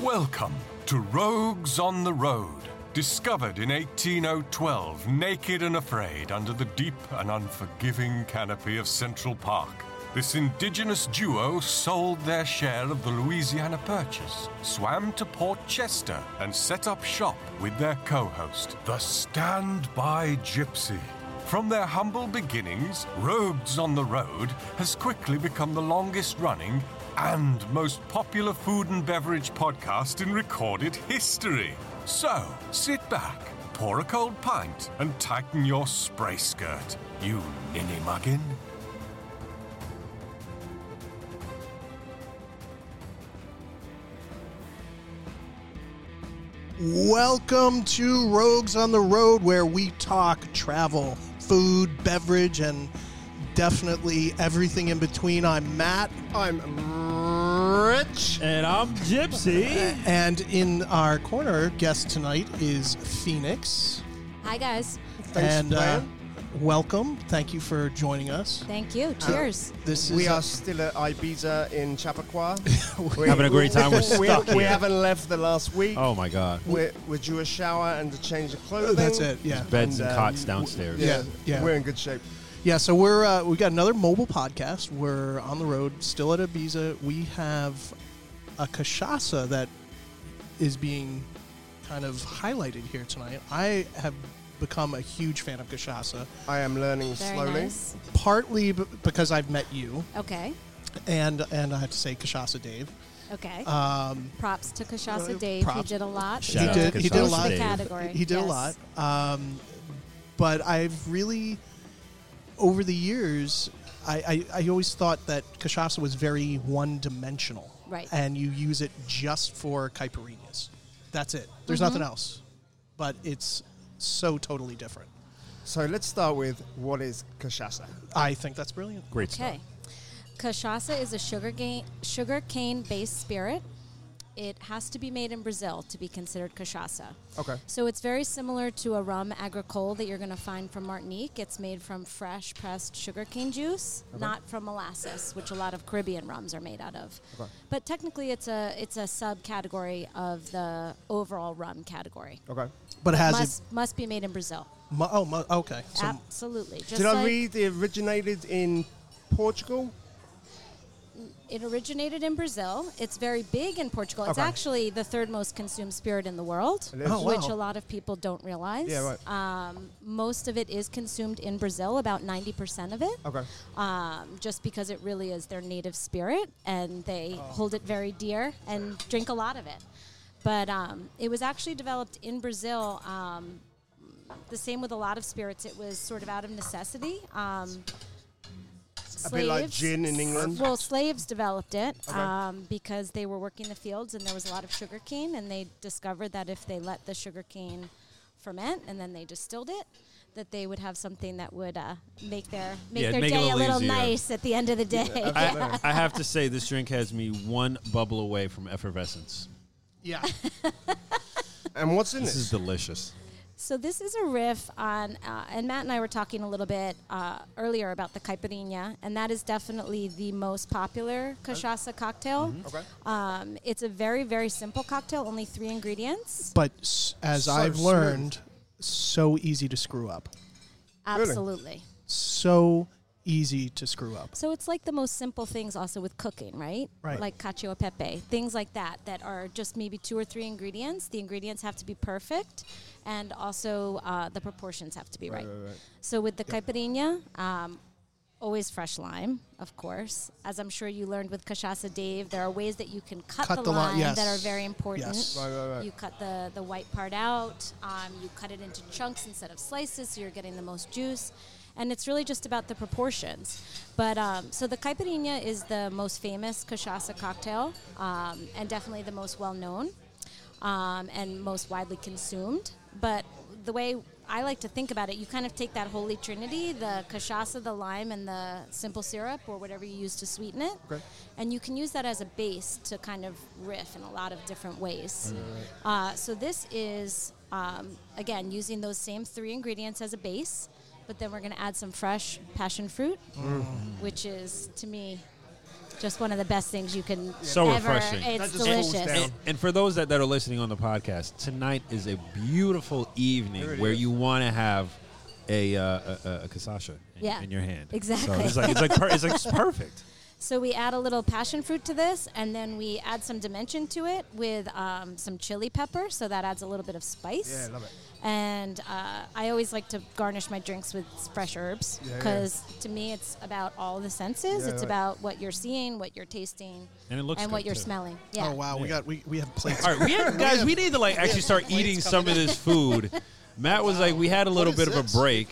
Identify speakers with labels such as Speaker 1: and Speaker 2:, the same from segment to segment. Speaker 1: Welcome to Rogues on the Road, discovered in 18012, naked and afraid under the deep and unforgiving canopy of Central Park. This indigenous duo sold their share of the Louisiana Purchase, swam to Port Chester, and set up shop with their co host, the Standby Gypsy. From their humble beginnings, Rogues on the Road has quickly become the longest running and most popular food and beverage podcast in recorded history. So, sit back, pour a cold pint, and tighten your spray skirt, you ninny muggin.
Speaker 2: Welcome to Rogues on the Road, where we talk travel, food, beverage, and definitely everything in between. I'm Matt. I'm Rich.
Speaker 3: And I'm Gypsy.
Speaker 2: And in our corner, guest tonight is Phoenix.
Speaker 4: Hi guys.
Speaker 2: and uh, welcome. Thank you for joining us.
Speaker 4: Thank you. Cheers.
Speaker 2: This is
Speaker 5: We
Speaker 2: uh,
Speaker 5: are still at Ibiza in Chappaqua. we,
Speaker 3: Having a great time. We're
Speaker 5: we,
Speaker 3: stuck
Speaker 5: we
Speaker 3: here.
Speaker 5: haven't left the last week.
Speaker 3: Oh my god.
Speaker 5: We're, we're due a shower and a change of clothing.
Speaker 2: that's it. Yeah,
Speaker 3: Beds and,
Speaker 5: And, um,
Speaker 3: cots downstairs.
Speaker 2: yeah, yeah.
Speaker 5: We're in good shape.
Speaker 2: yeah. So we're uh, we got another mobile podcast. We're on the road, still at Ibiza. We have a cachaça that is being kind of highlighted here tonight. I have become a huge fan of cachaça,
Speaker 5: I am learning
Speaker 4: Very
Speaker 5: slowly.
Speaker 4: nice.
Speaker 2: partly b- because I've met you,
Speaker 4: Okay.
Speaker 2: and and I have to say, cachaça Dave.
Speaker 4: Okay.
Speaker 2: Um,
Speaker 4: props to Kashasa
Speaker 2: uh,
Speaker 4: Dave.
Speaker 2: props-
Speaker 4: He did a lot.
Speaker 3: Shout out
Speaker 2: he
Speaker 3: to
Speaker 2: did he did a
Speaker 3: Cachaça
Speaker 2: lot.
Speaker 4: The
Speaker 3: Dave.
Speaker 4: category.
Speaker 2: He did
Speaker 4: yes.
Speaker 2: a lot. Um, but I've really, over the years, I, I, I always thought that cachaça was very one dimensional.
Speaker 4: Right.
Speaker 2: And you use it just for caipirinhas. That's it. There's
Speaker 4: Mm-hmm.
Speaker 2: nothing else. But it's so totally different.
Speaker 5: So let's start with what is cachaça?
Speaker 2: I think that's brilliant.
Speaker 3: Great stuff.
Speaker 4: Okay. Cachaça is a sugar, ga- sugar cane based spirit. It has to be made in Brazil to be considered cachaça.
Speaker 5: Okay.
Speaker 4: So it's very similar to a rum agricole that you're going to find from Martinique. It's made from fresh pressed sugarcane juice, not from molasses, which a lot of Caribbean rums are made out of. But technically, it's a it's a subcategory of the overall rum category.
Speaker 5: Okay.
Speaker 2: But has
Speaker 4: Must must be made in Brazil.
Speaker 2: it. Mu- oh, mu- okay. So,
Speaker 4: Ah. Absolutely. Just
Speaker 5: Did I
Speaker 4: like
Speaker 5: read it originated in Portugal?
Speaker 4: it originated in Brazil. It's very big in Portugal. It's
Speaker 5: Okay.
Speaker 4: actually the third most consumed spirit in the world,
Speaker 5: It is. Oh,
Speaker 4: which
Speaker 2: wow.
Speaker 4: a lot of people don't realize.
Speaker 5: Yeah, right.
Speaker 4: Um, most of it is consumed in Brazil, about 90% of it.
Speaker 5: Okay.
Speaker 4: um, just because it really is their native spirit and they
Speaker 5: Oh.
Speaker 4: hold it very dear and drink a lot of it. But um, it was actually developed in Brazil. Um, the same with a lot of spirits, it was sort of out of necessity. Um,
Speaker 5: A bit like gin in England.
Speaker 4: Well, slaves developed it um, because they were working the fields and there was a lot of sugarcane, and they discovered that if they let the sugarcane ferment and then they distilled it, that they would have something that would uh, make their make
Speaker 3: Yeah,
Speaker 4: their
Speaker 3: make it a
Speaker 4: day a
Speaker 3: little
Speaker 4: little
Speaker 3: easier.
Speaker 4: nice at the end of the day.
Speaker 3: I, I have to say, this drink has me one bubble away from effervescence.
Speaker 2: yeah.
Speaker 5: And what's in
Speaker 3: This is
Speaker 5: it?
Speaker 3: delicious.
Speaker 4: So this is a riff on, uh, and Matt and I were talking a little bit uh, earlier about the caipirinha, and that is definitely the most popular cachaça cocktail.
Speaker 5: Okay.
Speaker 4: Um, it's a very, very simple cocktail, only three ingredients.
Speaker 2: But s- as
Speaker 5: So
Speaker 2: I've
Speaker 5: smooth.
Speaker 2: learned, so easy to screw up.
Speaker 4: Absolutely.
Speaker 2: So easy to screw up.
Speaker 4: So it's like the most simple things also with cooking, right?
Speaker 2: Right.
Speaker 4: Like cacio e pepe, things like that, that are just maybe two or three ingredients. The ingredients have to be perfect, and also uh, the proportions have to be right. So with the caipirinha, um, always fresh lime, of course. As I'm sure you learned with Cachaça Dave, there are ways that you can cut,
Speaker 2: Cut
Speaker 4: the,
Speaker 2: the li-
Speaker 4: lime that
Speaker 2: yes.
Speaker 4: are very important.
Speaker 2: Yes.
Speaker 5: Right, right, right.
Speaker 4: You cut the, the white part out, um, you cut it into chunks instead of slices, so you're getting the most juice. And it's really just about the proportions. But um, so the caipirinha is the most famous cachaça cocktail um, and definitely the most well known um, and most widely consumed. But the way I like to think about it, you kind of take that holy trinity the cachaça, the lime, and the simple syrup or whatever you use to sweeten it.
Speaker 5: Okay.
Speaker 4: And you can use that as a base to kind of riff in a lot of different ways. Uh, so this is, um, again, using those same three ingredients as a base. But then we're going to add some fresh passion fruit, which is to me just one of the best things you can
Speaker 3: So
Speaker 4: ever.
Speaker 3: refreshing.
Speaker 5: That
Speaker 4: It's
Speaker 5: just cools
Speaker 4: delicious.
Speaker 5: down.
Speaker 3: And, and for those that, that are listening on the podcast, tonight is a beautiful evening
Speaker 5: There it
Speaker 3: where
Speaker 5: is.
Speaker 3: you want to have a, uh, a, a, a kasasha in,
Speaker 4: Yeah.
Speaker 3: in your hand. So
Speaker 4: Exactly.
Speaker 3: it's like, it's like, per, it's like it's perfect.
Speaker 4: So we add a little passion fruit to this, and then we add some dimension to it with um, some chili pepper. So that adds a little bit of spice.
Speaker 5: Yeah, love it.
Speaker 4: And uh, I always like to garnish my drinks with fresh herbs
Speaker 5: Yeah, yeah.
Speaker 4: because to me it's about all the senses.
Speaker 5: Yeah,
Speaker 4: it's
Speaker 5: right.
Speaker 4: about what you're seeing, what you're tasting,
Speaker 3: And it looks
Speaker 4: and what
Speaker 3: good,
Speaker 4: you're
Speaker 3: too.
Speaker 4: smelling. Yeah.
Speaker 2: Oh wow, we
Speaker 3: Yeah.
Speaker 2: got we, we have plates.
Speaker 3: All right, we have, guys,
Speaker 2: have-
Speaker 3: we need to like actually start
Speaker 2: plates
Speaker 3: eating some of this food. Matt was like, we had a little
Speaker 2: is
Speaker 3: bit of a
Speaker 2: this?
Speaker 3: break.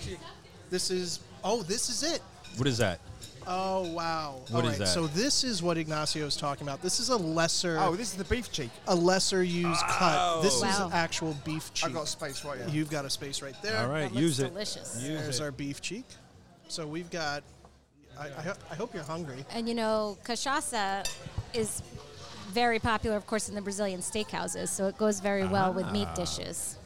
Speaker 2: This is oh, this is it.
Speaker 3: What is that?
Speaker 2: Oh wow.
Speaker 3: What
Speaker 2: All right.
Speaker 3: is that?
Speaker 2: So this is what Ignacio is talking about. This is a lesser
Speaker 5: Oh, this is the beef cheek.
Speaker 2: a lesser used cut. This
Speaker 4: Wow.
Speaker 2: is actual beef cheek.
Speaker 5: I got space right here.
Speaker 2: You've got a space right there.
Speaker 3: All right,
Speaker 4: That looks
Speaker 3: use it.
Speaker 4: delicious.
Speaker 3: Use
Speaker 2: There's
Speaker 3: it.
Speaker 2: our beef cheek. So we've got. I, I, ho- I hope you're hungry.
Speaker 4: And you know, cachaça is very popular, of course, in the Brazilian steakhouses. So it goes very well with
Speaker 3: Ah.
Speaker 4: meat dishes.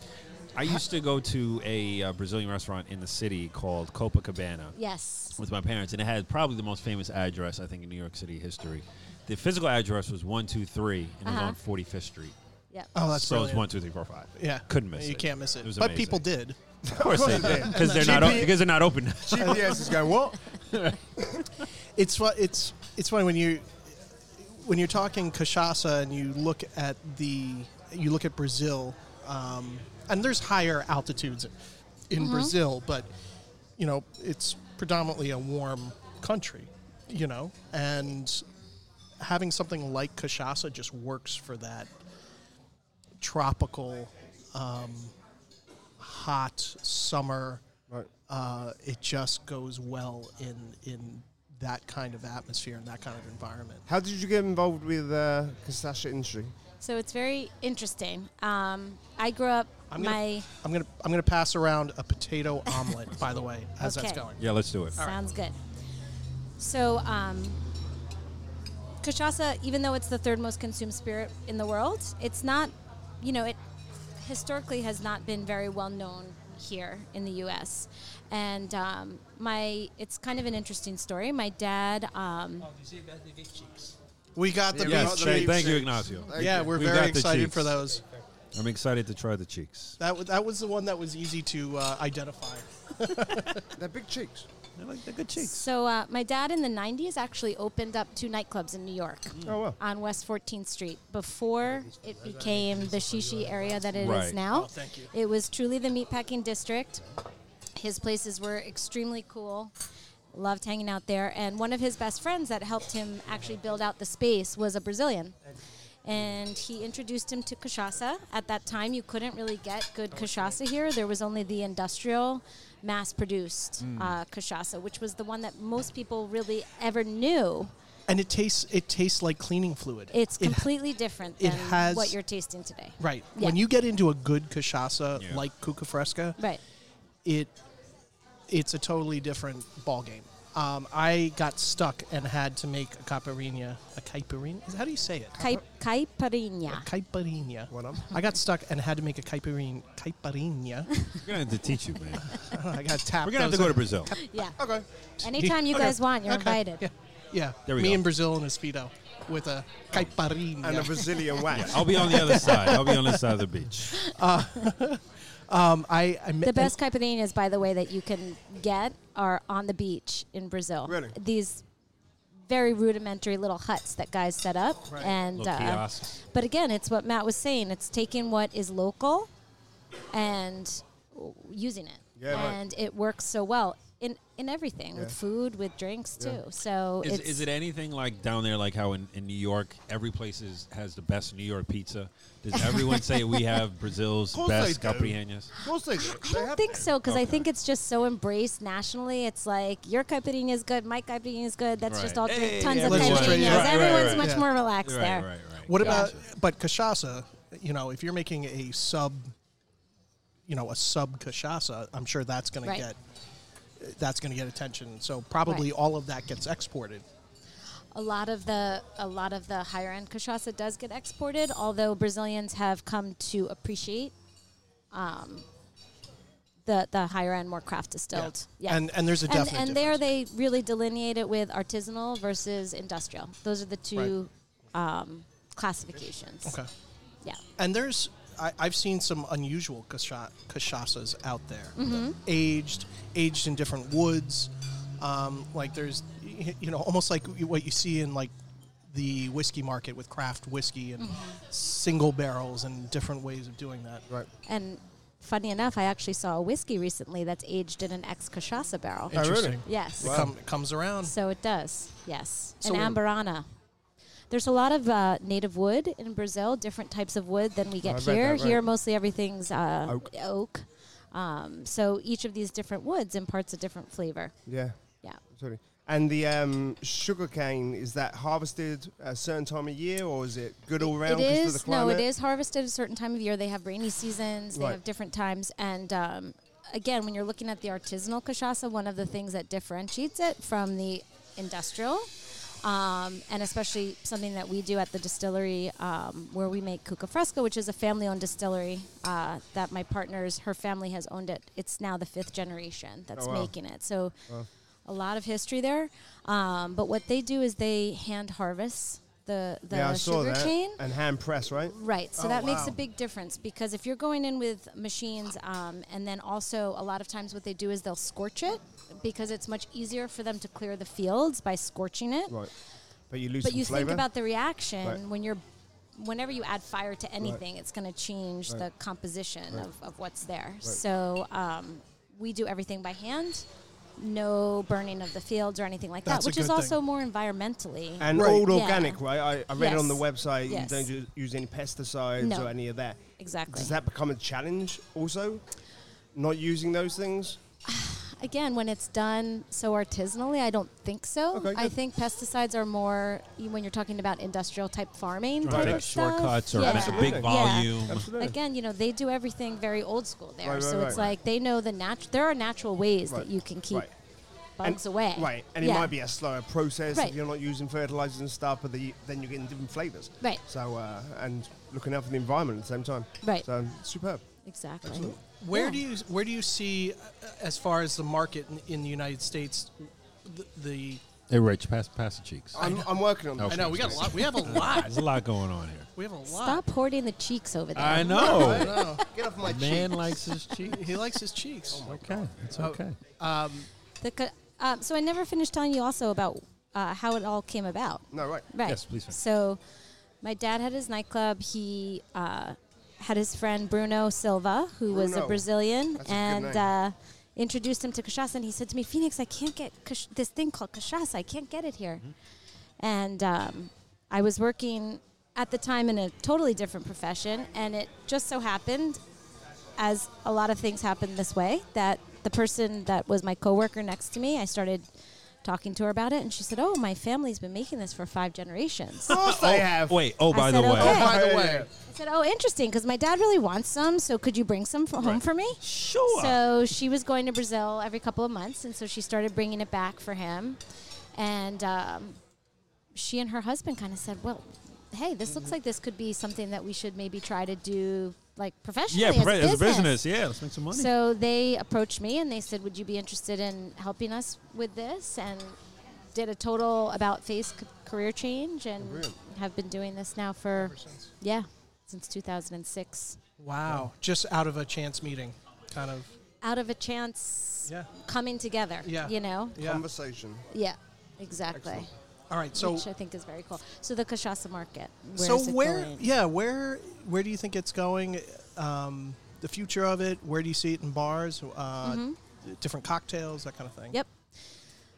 Speaker 3: I used to go to a uh, Brazilian restaurant in the city called Copacabana.
Speaker 4: Yes.
Speaker 3: with my parents, and it had probably the most famous address I think in New York City history. The physical address was one two three, and
Speaker 4: Uh-huh.
Speaker 3: it was on 45th Street.
Speaker 4: Yep.
Speaker 2: Oh, that's
Speaker 3: so it was
Speaker 2: brilliant.
Speaker 3: one two three four five.
Speaker 2: Yeah,
Speaker 3: couldn't miss
Speaker 2: you
Speaker 3: it.
Speaker 2: can't miss it.
Speaker 3: was
Speaker 2: but
Speaker 3: amazing.
Speaker 2: people did.
Speaker 3: Of course they did because they're not
Speaker 5: GP
Speaker 3: o- because they're not open.
Speaker 5: GPS is going, what?
Speaker 2: It's fu- it's it's funny when you when you're talking cachaça and you look at the you look at Brazil, um, and there's higher altitudes in Brazil, but you know it's predominantly a warm country, you know, and having something like cachaça just works for that tropical, um, hot summer.
Speaker 5: Right.
Speaker 2: Uh, it just goes well in in that kind of atmosphere and that kind of environment.
Speaker 5: How did you get involved with uh, Kasasha industry?
Speaker 4: So it's very interesting. Um, I grew up.
Speaker 2: I'm gonna,
Speaker 4: my
Speaker 2: I'm gonna I'm gonna pass around a potato omelet. by the way, as that's
Speaker 4: Okay.
Speaker 2: going.
Speaker 3: yeah, let's do it.
Speaker 4: sounds good. So, um, cachaça, even though it's the third most consumed spirit in the world, it's not. You know, it historically has not been very well known here in the U.S. And um, my, it's kind of an interesting story. My dad. Um,
Speaker 2: Oh, We got the
Speaker 5: Yeah,
Speaker 2: beef
Speaker 5: got the
Speaker 3: Yes, thank,
Speaker 2: cheeks.
Speaker 5: beef
Speaker 3: thank you,
Speaker 5: cheeks.
Speaker 3: Ignacio.
Speaker 2: Yeah, we're
Speaker 3: We got
Speaker 2: very
Speaker 3: the
Speaker 2: excited
Speaker 3: cheeks.
Speaker 2: for those.
Speaker 3: I'm excited to try the cheeks.
Speaker 2: That was that was the one that was easy to uh, identify.
Speaker 5: They're big cheeks.
Speaker 3: I like the good cheeks.
Speaker 4: so uh, my dad in the '90s actually opened up two nightclubs in New York.
Speaker 5: Oh, wow.
Speaker 4: on West 14th Street before it became the Shishi area that it is
Speaker 3: Right.
Speaker 4: now.
Speaker 2: Oh, thank you.
Speaker 4: It was truly the meatpacking district. His places were extremely cool. Loved hanging out there. And one of his best friends that helped him actually build out the space was a Brazilian. And he introduced him to cachaça. At that time, you couldn't really get good cachaça here. There was only the industrial, mass produced uh, cachaça, which was the one that most people really ever knew.
Speaker 2: And it tastes it tastes like cleaning fluid.
Speaker 4: It's
Speaker 2: It-
Speaker 4: completely different
Speaker 2: it
Speaker 4: than
Speaker 2: has-
Speaker 4: what you're tasting today.
Speaker 2: right.
Speaker 4: Yeah.
Speaker 2: When you get into a good cachaça
Speaker 3: Yeah.
Speaker 2: like Cuca Fresca,
Speaker 4: Right.
Speaker 2: it it's a totally different ball game. Um, I got stuck and had to make a caipirinha. A caipirinha? Is- How do you say it?
Speaker 4: Cai- caipirinha.
Speaker 2: Caipirinha.
Speaker 5: What up?
Speaker 2: I got stuck and had to make a caipirinha. Caipirinha.
Speaker 3: We're gonna have to teach you, man.
Speaker 2: I got tapped.
Speaker 3: We're gonna have to go to Brazil.
Speaker 4: Yeah.
Speaker 5: Okay.
Speaker 4: Anytime you
Speaker 2: Okay.
Speaker 4: guys want, you're
Speaker 2: Okay.
Speaker 4: invited.
Speaker 2: Yeah. yeah.
Speaker 3: There we
Speaker 2: Me
Speaker 3: go.
Speaker 2: in Brazil and a speedo with a caipirinha.
Speaker 5: And a Brazilian wax.
Speaker 3: I'll be on the other side. I'll be on this side of the beach.
Speaker 2: Um, I, I
Speaker 4: The best caipirinhas, by the way, that you can get are on the beach in Brazil.
Speaker 5: Really?
Speaker 4: These very rudimentary little huts that guys set up, and
Speaker 3: Little
Speaker 4: uh,
Speaker 3: kiosks.
Speaker 4: but again, it's what Matt was saying. It's taking what is local and w- using it,
Speaker 5: Yeah, right.
Speaker 4: and it works so well in in everything with
Speaker 5: Yeah.
Speaker 4: food, with drinks too. So
Speaker 3: Is,
Speaker 4: it's,
Speaker 3: is it anything like down there, like how in, in New York, every place is, has the best New York pizza? Does everyone say we have Brazil's
Speaker 5: course
Speaker 3: best
Speaker 5: they do.
Speaker 3: capriñas?
Speaker 5: Of course they do.
Speaker 4: I don't think so because I
Speaker 3: Okay.
Speaker 4: think it's just so embraced nationally. It's like your caipirinha is good, my caipirinha is good. That's just
Speaker 3: Right.
Speaker 4: all drink tons of
Speaker 2: everyone's
Speaker 4: caipirinhas.
Speaker 2: just drinking.
Speaker 3: Right, right,
Speaker 4: Everyone's
Speaker 3: right.
Speaker 4: much
Speaker 2: Yeah.
Speaker 4: more relaxed
Speaker 3: Right,
Speaker 4: there.
Speaker 3: right, right.
Speaker 2: What about
Speaker 3: Gotcha.
Speaker 2: but cachaça? You know, if you're making a sub, you know, a sub cachaça, I'm sure that's going
Speaker 4: Right.
Speaker 2: to get that's going to get attention. So probably
Speaker 4: Right.
Speaker 2: all of that gets exported.
Speaker 4: A lot of the a lot of the higher end cachaça does get exported, although Brazilians have come to appreciate um, the, the higher end, more craft distilled. Yeah.
Speaker 2: And- and there's a definite
Speaker 4: And, and there they really delineate it with artisanal versus industrial. Those are the two um, classifications.
Speaker 2: Okay.
Speaker 4: Yeah.
Speaker 2: And there's, I, I've seen some unusual kasha- cachaças out there,
Speaker 4: Mm-hmm.
Speaker 2: that aged, aged in different woods. Um, like there's, y- you know, almost like what you see in like the whiskey market with craft whiskey and
Speaker 4: Mm-hmm.
Speaker 2: single barrels and different ways of doing that.
Speaker 5: Right.
Speaker 4: And funny enough, I actually saw a whiskey recently that's aged in an ex cachaça barrel.
Speaker 5: really?
Speaker 2: Interesting.
Speaker 4: Yes.
Speaker 2: It, come, it comes around.
Speaker 4: So it does, yes.
Speaker 2: So
Speaker 4: and
Speaker 2: when-
Speaker 4: ambarana. There's a lot of uh, native wood in Brazil, different types of wood than we
Speaker 5: Oh, I
Speaker 4: get
Speaker 5: read
Speaker 4: here.
Speaker 5: that, right.
Speaker 4: Here, mostly everything's uh,
Speaker 5: Oak.
Speaker 4: oak. Um, so each of these different woods imparts a different flavor.
Speaker 5: Yeah.
Speaker 4: Yeah.
Speaker 5: Sorry. And the um, sugar cane is that harvested a certain time of year, or is it good all round?
Speaker 4: It
Speaker 5: 'cause of the
Speaker 4: is no,
Speaker 5: climate?
Speaker 4: it is harvested at a certain time of year. They have rainy seasons. They
Speaker 5: Right.
Speaker 4: have different times, and um, again, when you're looking at the artisanal cachaça, one of the things that differentiates it from the industrial, um, and especially something that we do at the distillery um, where we make Cuca Fresca, which is a family-owned distillery uh, that my partner's her family has owned it. It's now the fifth generation that's
Speaker 5: Oh, wow.
Speaker 4: making it. So. A lot of history there, um, but what they do is they hand harvest the the
Speaker 5: yeah, I saw
Speaker 4: uh, sugar
Speaker 5: that.
Speaker 4: cane,
Speaker 5: And hand press, right?
Speaker 4: Right. So that makes a
Speaker 2: Oh, wow.
Speaker 4: big difference because if you're going in with machines, um, and then also a lot of times what they do is they'll scorch it because it's much easier for them to clear the fields by scorching it.
Speaker 5: Right. But you lose
Speaker 4: But
Speaker 5: some
Speaker 4: you
Speaker 5: flavor.
Speaker 4: think about the reaction
Speaker 5: Right.
Speaker 4: when you're. Whenever you add fire to anything, it's going to change the composition of, of what's there. So um, we do everything by hand, no burning of the fields or anything like
Speaker 2: That's a
Speaker 4: that, which is
Speaker 2: good
Speaker 4: also
Speaker 2: thing.
Speaker 4: more environmentally.
Speaker 5: and
Speaker 2: Right.
Speaker 5: all
Speaker 4: Yeah.
Speaker 5: organic, right? I, I read it on the
Speaker 4: Yes.
Speaker 5: website.
Speaker 4: Yes.
Speaker 5: You don't u- use any pesticides
Speaker 4: No.
Speaker 5: or any of that.
Speaker 4: Exactly.
Speaker 5: Does that become a challenge also? Not using those things?
Speaker 4: again, when it's done so artisanally, I don't think so.
Speaker 5: Okay,
Speaker 4: I
Speaker 5: good.
Speaker 4: think pesticides are more y- when you're talking about industrial type farming.
Speaker 3: Trying to
Speaker 4: type
Speaker 3: take
Speaker 4: stuff.
Speaker 3: shortcuts or
Speaker 4: Yeah.
Speaker 3: ma- big
Speaker 5: Absolutely.
Speaker 3: volume.
Speaker 5: Absolutely.
Speaker 4: Again, you know, they do everything very old school there.
Speaker 5: Right, right,
Speaker 4: so it's
Speaker 5: right.
Speaker 4: like they know the nat- there are natural ways
Speaker 5: Right,
Speaker 4: that you can keep
Speaker 5: right. And-
Speaker 4: bugs away.
Speaker 5: Right, and it
Speaker 4: Yeah.
Speaker 5: might be a slower process
Speaker 4: Right.
Speaker 5: if you're not using fertilizers and stuff, but the, then you're getting different flavors.
Speaker 4: Right.
Speaker 5: So, uh, and looking out for the environment at the same time.
Speaker 4: Right.
Speaker 5: So, superb.
Speaker 4: Exactly.
Speaker 2: Where
Speaker 4: Yeah.
Speaker 2: do you where do you see, uh, as far as the market in, in the United States, the, the
Speaker 3: Hey, Rich, pass, pass the cheeks.
Speaker 5: I'm, I'm working on
Speaker 2: I
Speaker 5: that.
Speaker 2: know we got a lot. We have a lot.
Speaker 3: There's a lot going on here.
Speaker 2: We have a lot.
Speaker 4: Stop hoarding the cheeks over there.
Speaker 3: I know.
Speaker 2: No,
Speaker 5: Get off my
Speaker 3: Man likes his cheeks.
Speaker 2: he likes his cheeks.
Speaker 3: Okay, it's
Speaker 5: Oh.
Speaker 3: okay.
Speaker 4: The ca- um, so I never finished telling you also about uh, how it all came about.
Speaker 5: No, right.
Speaker 4: Right.
Speaker 3: Yes, please, ma'am.
Speaker 4: So, my dad had his nightclub. He uh, had his friend Bruno Silva, who was a
Speaker 5: Bruno.
Speaker 4: Brazilian,
Speaker 5: That's a good
Speaker 4: and
Speaker 5: name.
Speaker 4: uh, introduced him to cachaça. And he said to me, "Phoenix, I can't get cash- this thing called cachaça. I can't get it here."
Speaker 3: Mm-hmm.
Speaker 4: And um, I was working at the time in a totally different profession, and it just so happened as a lot of things happened this way that the person that was my coworker next to me i started talking to her about it and she said oh my family's been making this for five generations
Speaker 5: Of
Speaker 4: i
Speaker 5: course they have.
Speaker 3: Wait, oh,
Speaker 4: I
Speaker 3: by the
Speaker 4: said,
Speaker 3: way.
Speaker 4: okay.
Speaker 5: By the
Speaker 2: Yeah.
Speaker 5: way,
Speaker 4: said oh interesting because my dad really wants some so could you bring some for home for me
Speaker 3: Sure.
Speaker 4: so she was going to brazil every couple of months and so she started bringing it back for him and um, she and her husband kind of said well hey this looks like this could be something that we should maybe try to do like professionally
Speaker 3: yeah, profe-
Speaker 4: as a business
Speaker 3: Yeah, let's make some money.
Speaker 4: So they approached me and they said, "Would you be interested in helping us with this?" And did a total about face c- career change and have been doing this now for yeah since 2006.
Speaker 2: Wow, just out of a chance meeting, kind of.
Speaker 4: Out of a chance,
Speaker 2: Yeah.
Speaker 4: coming together.
Speaker 2: Yeah.
Speaker 4: you know.
Speaker 2: Yeah.
Speaker 5: Conversation.
Speaker 4: Yeah, exactly.
Speaker 2: All right. So
Speaker 4: Which I think is very cool. So the cachaça market. Where
Speaker 2: so
Speaker 4: is it
Speaker 2: where?
Speaker 4: going?
Speaker 2: Yeah, where where do you think it's going? Um, the future of it. Where do you see it in bars? Uh, Different cocktails, that kind of thing.
Speaker 4: Mm-hmm. Yep.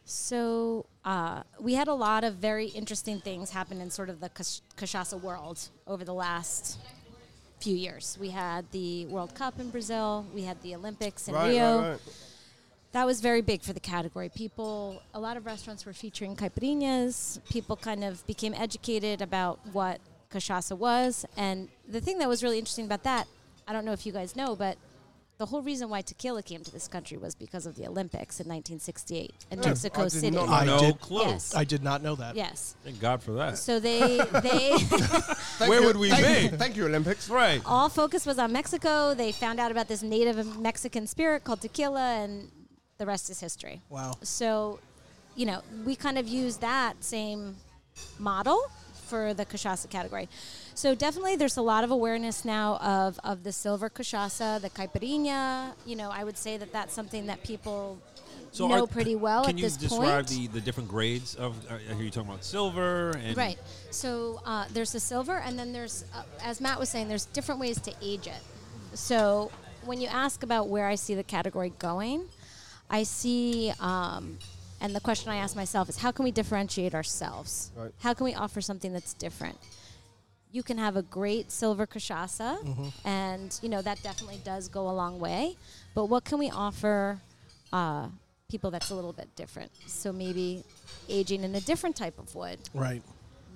Speaker 4: So uh, we had a lot of very interesting things happen in sort of the cas- cachaça world over the last few years. We had the World Cup in Brazil. We had the Olympics in
Speaker 5: Right,
Speaker 4: Rio.
Speaker 5: right, right.
Speaker 4: That was very big for the category. People, a lot of restaurants were featuring caipirinhas. People kind of became educated about what cachaça was. And the thing that was really interesting about that, I don't know if you guys know, but the whole reason why tequila came to this country was because of the Olympics in 1968 in
Speaker 5: Oh,
Speaker 4: Mexico
Speaker 5: I did
Speaker 4: City.
Speaker 5: not
Speaker 2: I
Speaker 3: no
Speaker 2: did-
Speaker 3: clue.
Speaker 4: Yes.
Speaker 2: I did not know that.
Speaker 4: Yes.
Speaker 3: Thank God for that.
Speaker 4: So they they
Speaker 5: Thank
Speaker 3: Where
Speaker 5: you-
Speaker 3: would we
Speaker 5: thank
Speaker 3: be?
Speaker 5: You, thank you, Olympics.
Speaker 3: right.
Speaker 4: all focus was on Mexico. They found out about this native Mexican spirit called tequila, and the rest is history.
Speaker 2: Wow.
Speaker 4: So, you know, we kind of use that same model for the cachaça category. So definitely, there's a lot of awareness now of of the silver cachaça, the caipirinha. You know, I would say that that's something that people know
Speaker 3: are-
Speaker 4: pretty well
Speaker 3: Can
Speaker 4: at
Speaker 3: you
Speaker 4: this
Speaker 3: describe
Speaker 4: point.
Speaker 3: the, the different grades of? I hear you talking about silver and
Speaker 4: Right. So uh, there's the silver, and then there's, uh, as Matt was saying, there's different ways to age it. So when you ask about where I see the category going, I see, um, and the question I ask myself is, how can we differentiate ourselves?
Speaker 5: Right.
Speaker 4: How can we offer something that's different? You can have a great silver cachaça, and you know that definitely does go a long way. But what can we offer uh, people that's a little bit different? So maybe aging in a different type of wood,
Speaker 2: Right.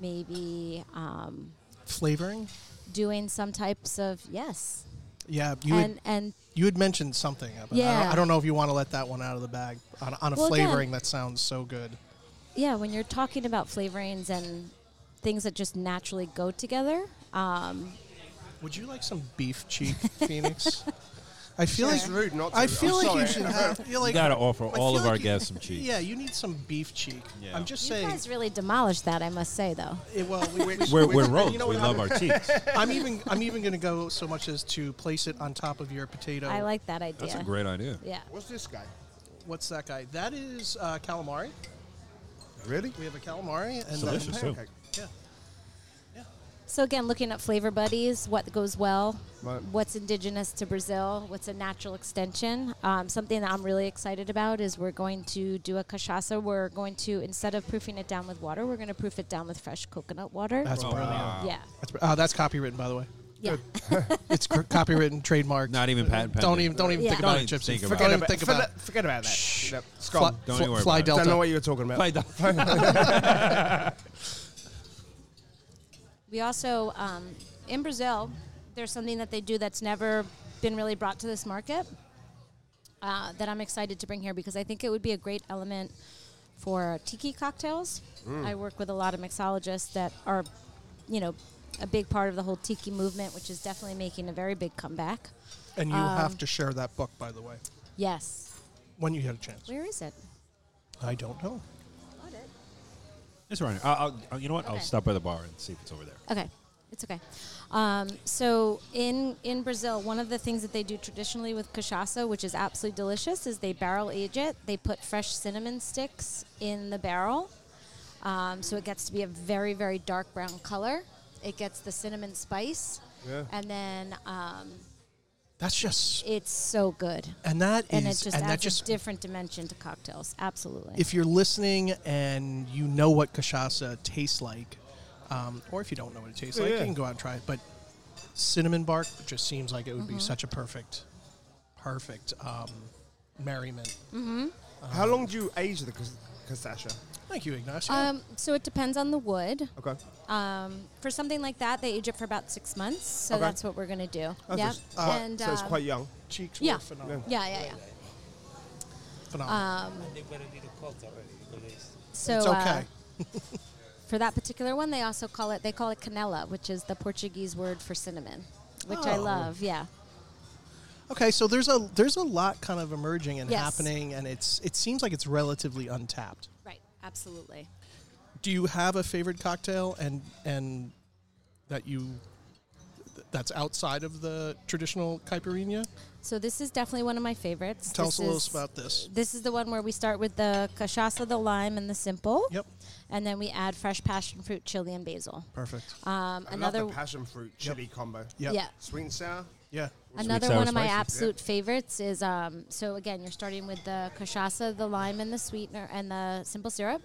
Speaker 4: maybe um,
Speaker 2: Flavoring.
Speaker 4: doing some types of yes
Speaker 2: Yeah. You
Speaker 4: and
Speaker 2: had,
Speaker 4: and
Speaker 2: you had mentioned something. About yeah. I don't,
Speaker 4: Yeah.
Speaker 2: I don't know if you want to let that one out of the bag on, on a
Speaker 4: Well, again-
Speaker 2: flavoring that sounds so good.
Speaker 4: yeah when you're talking about flavorings and things that just naturally go together um,
Speaker 2: Would you like some beef cheek, Phoenix? I feel
Speaker 5: It's
Speaker 2: like
Speaker 5: rude not to.
Speaker 2: I feel
Speaker 5: I'm
Speaker 2: like you
Speaker 5: sorry.
Speaker 2: should have. You're like,
Speaker 3: you got to offer
Speaker 2: I
Speaker 3: all
Speaker 2: feel
Speaker 3: of
Speaker 2: like
Speaker 3: our
Speaker 2: you-
Speaker 3: guests some cheese.
Speaker 2: Yeah, you need some beef cheek.
Speaker 3: Yeah.
Speaker 2: I'm just
Speaker 4: you
Speaker 2: saying.
Speaker 4: guys really demolished that i must say though
Speaker 2: it- well, we- we-
Speaker 3: We're, we're rogues.
Speaker 2: you know
Speaker 3: we
Speaker 2: what,
Speaker 3: love our cheeks.
Speaker 2: I'm even. I'm even going to go so much as to place it on top of your potato.
Speaker 4: i like that idea
Speaker 3: That's a great idea.
Speaker 4: yeah
Speaker 5: What's this guy?
Speaker 2: What's that guy? That is uh, calamari.
Speaker 5: Really?
Speaker 2: We have a calamari and then-
Speaker 3: Delicious too.
Speaker 5: Pancake.
Speaker 2: yeah.
Speaker 4: so again looking at flavor buddies what goes well
Speaker 5: Right.
Speaker 4: what's indigenous to brazil what's a natural extension um, something that i'm really excited about is we're going to do a cachaça we're going to instead of proofing it down with water we're going to proof it down with fresh coconut water
Speaker 2: That's
Speaker 3: Oh,
Speaker 2: brilliant.
Speaker 3: wow.
Speaker 4: yeah
Speaker 2: That's, uh, that's copywritten, by the way.
Speaker 4: yeah
Speaker 2: It's cr- copywritten, trademark.
Speaker 3: Not even patent
Speaker 2: Don't
Speaker 3: pending.
Speaker 2: even. Don't even
Speaker 4: Yeah.
Speaker 2: think about
Speaker 3: Don't
Speaker 2: it,
Speaker 3: even
Speaker 2: Gypsy.
Speaker 3: think about
Speaker 2: don't
Speaker 3: it.
Speaker 2: even think about it.
Speaker 5: forget, about that.
Speaker 2: Shh.
Speaker 5: Yep, it's
Speaker 2: Fly,
Speaker 5: gone.
Speaker 3: Don't
Speaker 2: fl-
Speaker 3: even worry
Speaker 2: fly
Speaker 3: about it.
Speaker 5: Don't know
Speaker 2: Delta.
Speaker 5: what you were talking about.
Speaker 3: Play the-
Speaker 4: We also, um, in Brazil, there's something that they do that's never been really brought to this market uh, that I'm excited to bring here because I think it would be a great element for tiki cocktails. I work with a lot of mixologists that are, you know, a big part of the whole tiki movement, which is definitely making a very big comeback.
Speaker 2: And you
Speaker 4: Um,
Speaker 2: have to share that book, by the way,
Speaker 4: Yes.
Speaker 2: when you get a chance.
Speaker 4: Where is it?
Speaker 2: I don't know.
Speaker 3: It's right. here. I'll, I'll, you know what? I'll
Speaker 4: Okay.
Speaker 3: stop by the bar and see if it's over there.
Speaker 4: Okay, it's okay. Um, so in in Brazil, one of the things that they do traditionally with cachaça, which is absolutely delicious, is they barrel age it. They put fresh cinnamon sticks in the barrel, um, so it gets to be a very very dark brown color. It gets the cinnamon spice,
Speaker 5: Yeah.
Speaker 4: and then um,
Speaker 2: That's just.
Speaker 4: it's so good.
Speaker 2: And that
Speaker 4: And
Speaker 2: is-
Speaker 4: it just
Speaker 2: and that
Speaker 4: adds
Speaker 2: just
Speaker 4: a different dimension to cocktails. Absolutely.
Speaker 2: if you're listening and you know what cachaça tastes like, um, or if you don't know what it tastes
Speaker 5: Yeah,
Speaker 2: like,
Speaker 5: yeah.
Speaker 2: you can go out and try it. But cinnamon bark just seems like it would be
Speaker 4: Mm-hmm.
Speaker 2: such a perfect, perfect um, merriment.
Speaker 5: How long do you age the cas- cassasha?
Speaker 2: Thank you, Ignacio.
Speaker 4: um, so it depends on the wood.
Speaker 5: Okay.
Speaker 4: Um, for something like that, they age it for about six months. So
Speaker 5: Okay.
Speaker 4: that's what we're gonna do.
Speaker 2: Oh,
Speaker 5: That's
Speaker 4: yeah,
Speaker 5: just
Speaker 2: uh,
Speaker 5: quite-
Speaker 4: and
Speaker 5: so it's
Speaker 4: um,
Speaker 5: quite young.
Speaker 2: Cheeks
Speaker 4: yeah.
Speaker 2: were phenomenal.
Speaker 4: yeah, yeah, yeah.
Speaker 2: phenomenal.
Speaker 6: They better need a quote already released.
Speaker 4: Uh, So
Speaker 2: it's
Speaker 4: uh,
Speaker 2: okay.
Speaker 4: for that particular one, they also call it they call it canela, which is the Portuguese word for cinnamon, which I
Speaker 2: Oh.
Speaker 4: love. Yeah,
Speaker 2: okay, so there's a there's a lot kind of emerging and
Speaker 4: Yes.
Speaker 2: happening, and it's it seems like it's relatively untapped.
Speaker 4: right, absolutely.
Speaker 2: Do you have a favorite cocktail and and that you th- that's outside of the traditional caipirinha?
Speaker 4: So this is definitely one of my favorites.
Speaker 2: Tell
Speaker 4: This
Speaker 2: us a little
Speaker 4: is-
Speaker 2: about this.
Speaker 4: This is the one where we start with the cachaça, the lime, and the simple.
Speaker 2: Yep.
Speaker 4: And then we add fresh passion fruit, chili, and basil.
Speaker 2: Perfect.
Speaker 4: Um,
Speaker 5: I
Speaker 4: another
Speaker 5: love the passion fruit chili combo.
Speaker 2: Yep.
Speaker 4: yeah.
Speaker 5: Sweet and sour.
Speaker 2: Yeah.
Speaker 4: Another
Speaker 3: sour,
Speaker 4: one of my
Speaker 3: spicy.
Speaker 4: absolute favorites is um, so again you're starting with the cachaça, the lime, and the sweetener, and the simple syrup,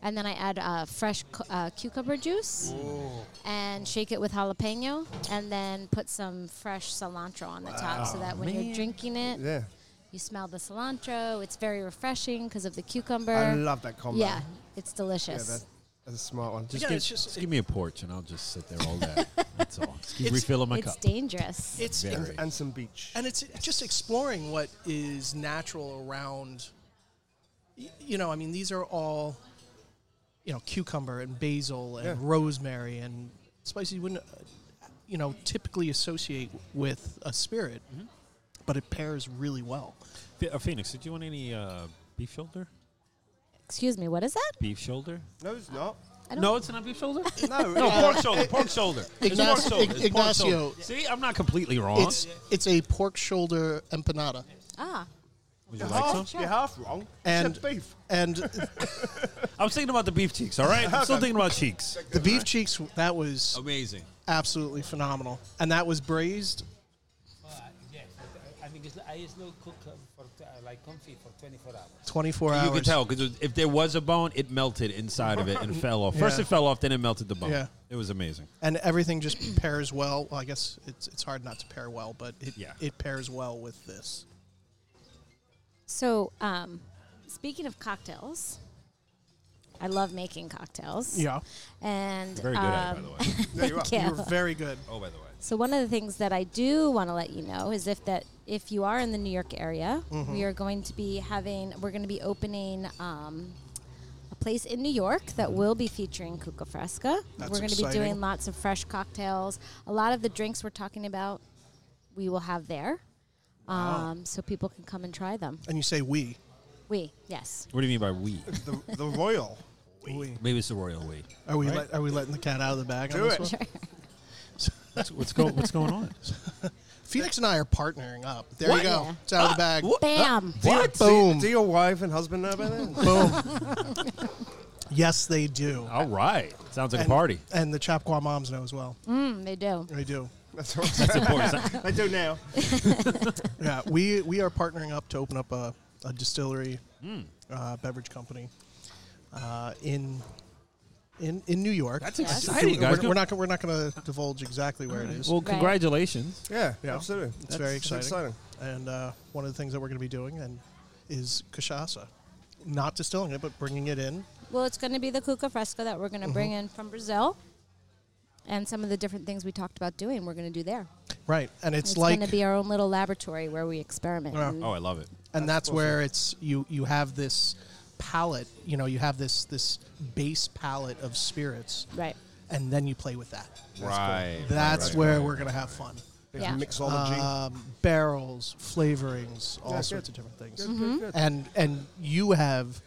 Speaker 4: and then I add uh, fresh cu- uh, cucumber juice and shake it with jalapeno, and then put some fresh cilantro on the top so that when you're drinking it,
Speaker 5: Yeah.
Speaker 4: you smell the cilantro. It's very refreshing because of the cucumber.
Speaker 5: I love that combo.
Speaker 4: yeah, it's
Speaker 5: Yeah,
Speaker 4: delicious.
Speaker 5: that, That's a smart one.
Speaker 3: Just,
Speaker 2: Yeah,
Speaker 3: give,
Speaker 2: it's just-
Speaker 3: just give me a porch and I'll just sit there all day. That's all. Just keep
Speaker 2: It's-
Speaker 3: refilling my
Speaker 4: it's
Speaker 3: cup.
Speaker 4: dangerous.
Speaker 2: It's
Speaker 3: Very.
Speaker 5: and, and some beach.
Speaker 2: and it's just exploring what is natural around y- you know i mean these are all you know cucumber and basil and
Speaker 5: Yeah.
Speaker 2: rosemary and spices you wouldn't uh, you know typically associate with a spirit
Speaker 3: Mm-hmm.
Speaker 2: but it pairs really well
Speaker 3: Ph- uh, Phoenix, did you want any uh, beef shoulder?
Speaker 4: Excuse me, what is that?
Speaker 3: Beef shoulder?
Speaker 5: no, it's not.
Speaker 4: I
Speaker 3: No, it's not beef shoulder.
Speaker 5: No,
Speaker 3: No,
Speaker 5: uh,
Speaker 3: pork shoulder. Pork shoulder. It's pork
Speaker 2: Ignacio-
Speaker 3: shoulder. It's pork
Speaker 2: Ignacio.
Speaker 3: shoulder. See, I'm not completely wrong.
Speaker 2: it's it's a pork shoulder empanada
Speaker 4: Ah,
Speaker 3: Would you
Speaker 5: you're,
Speaker 3: like some?
Speaker 5: half, you're half wrong.
Speaker 2: And-
Speaker 5: it's beef.
Speaker 2: and
Speaker 3: I was thinking about the beef cheeks. All right, I'm still thinking about cheeks.
Speaker 2: the beef cheeks that was
Speaker 3: Amazing.
Speaker 2: absolutely phenomenal and that was braised
Speaker 6: Uh, yes, but I I mean, it's, I just no cook um, for t- uh, like comfy for 24 hours.
Speaker 2: 24
Speaker 3: You
Speaker 2: hours
Speaker 3: can tell because if there was a bone, it melted inside of it and fell off. First,
Speaker 2: Yeah.
Speaker 3: it fell off, then it melted the bone.
Speaker 2: Yeah.
Speaker 3: It was amazing.
Speaker 2: and everything just pairs well. well I guess it's it's hard not to pair well, but it
Speaker 3: Yeah.
Speaker 2: it pairs well with this.
Speaker 4: so um, speaking of cocktails, I love making cocktails. And
Speaker 3: Very good at it, by
Speaker 4: um,
Speaker 3: the way.
Speaker 5: No, you're right.
Speaker 4: yeah.
Speaker 2: You're very good.
Speaker 3: Oh, by the way.
Speaker 4: So one of the things that I do want to let you know is if that if you are in the New York area,
Speaker 2: Mm-hmm.
Speaker 4: we are going to be having we're going to be opening um, a place in New York that will be featuring Cuca Fresca.
Speaker 2: That's
Speaker 4: we're going to be
Speaker 2: exciting.
Speaker 4: doing lots of fresh cocktails. A lot of the drinks we're talking about, we will have there, um, so people can come and try them.
Speaker 2: And you say we.
Speaker 4: We yes,
Speaker 3: What do you mean by we?
Speaker 5: The, the royal.
Speaker 2: We.
Speaker 3: Maybe it's the royal we.
Speaker 2: Are we let, are we letting the cat out of the bag on
Speaker 5: Do
Speaker 2: this
Speaker 5: it.
Speaker 2: one?
Speaker 3: What's, what's, go, what's going on?
Speaker 2: Phoenix and I are partnering up. There
Speaker 3: What?
Speaker 2: you go.
Speaker 4: Yeah.
Speaker 2: It's out of the bag.
Speaker 3: What?
Speaker 4: bam.
Speaker 3: What?
Speaker 2: Boom.
Speaker 5: Do your wife and husband know about that?
Speaker 2: Boom. yes, they do.
Speaker 3: All right. Sounds like a party.
Speaker 2: And the Chapqua moms know as well.
Speaker 4: Mm, they do.
Speaker 2: They do.
Speaker 5: That's what I'm
Speaker 3: That's
Speaker 5: saying.
Speaker 3: important.
Speaker 5: I do now.
Speaker 2: Yeah, we we are partnering up to open up a, a distillery
Speaker 3: Mm.
Speaker 2: uh, beverage company uh, in in in New York. Uh,
Speaker 3: That's
Speaker 4: Yes.
Speaker 3: exciting, guys.
Speaker 2: We're, we're not gonna- we're not going to divulge exactly where it is.
Speaker 3: Well,
Speaker 4: Right.
Speaker 3: congratulations.
Speaker 5: Yeah,
Speaker 2: Yeah.
Speaker 5: absolutely.
Speaker 2: it's very exciting.
Speaker 5: exciting.
Speaker 2: And uh, one of the things that we're going to be doing and is cachaça, not distilling it, but bringing it in.
Speaker 4: Well, it's going to be the Cuca Fresca that we're going to bring
Speaker 2: Mm-hmm.
Speaker 4: in from Brazil, and some of the different things we talked about doing, we're going to do there.
Speaker 2: Right, and it's,
Speaker 4: It's
Speaker 2: like,
Speaker 4: going to be our own little laboratory where we experiment.
Speaker 2: Yeah.
Speaker 4: and-
Speaker 3: Oh, I love it.
Speaker 2: and that's where it's you you have this palette. You know, you have this this base palette of spirits,
Speaker 4: Right.
Speaker 2: and then you play with that.
Speaker 3: Right.
Speaker 2: That's where we're going to have fun.
Speaker 5: Bit
Speaker 4: Yeah.
Speaker 5: of Mixology.
Speaker 2: Um, barrels, flavorings, all
Speaker 5: Yeah,
Speaker 2: sorts
Speaker 5: good.
Speaker 2: of different things.
Speaker 5: Good,
Speaker 4: Mm-hmm.
Speaker 5: good, good.
Speaker 2: and and you have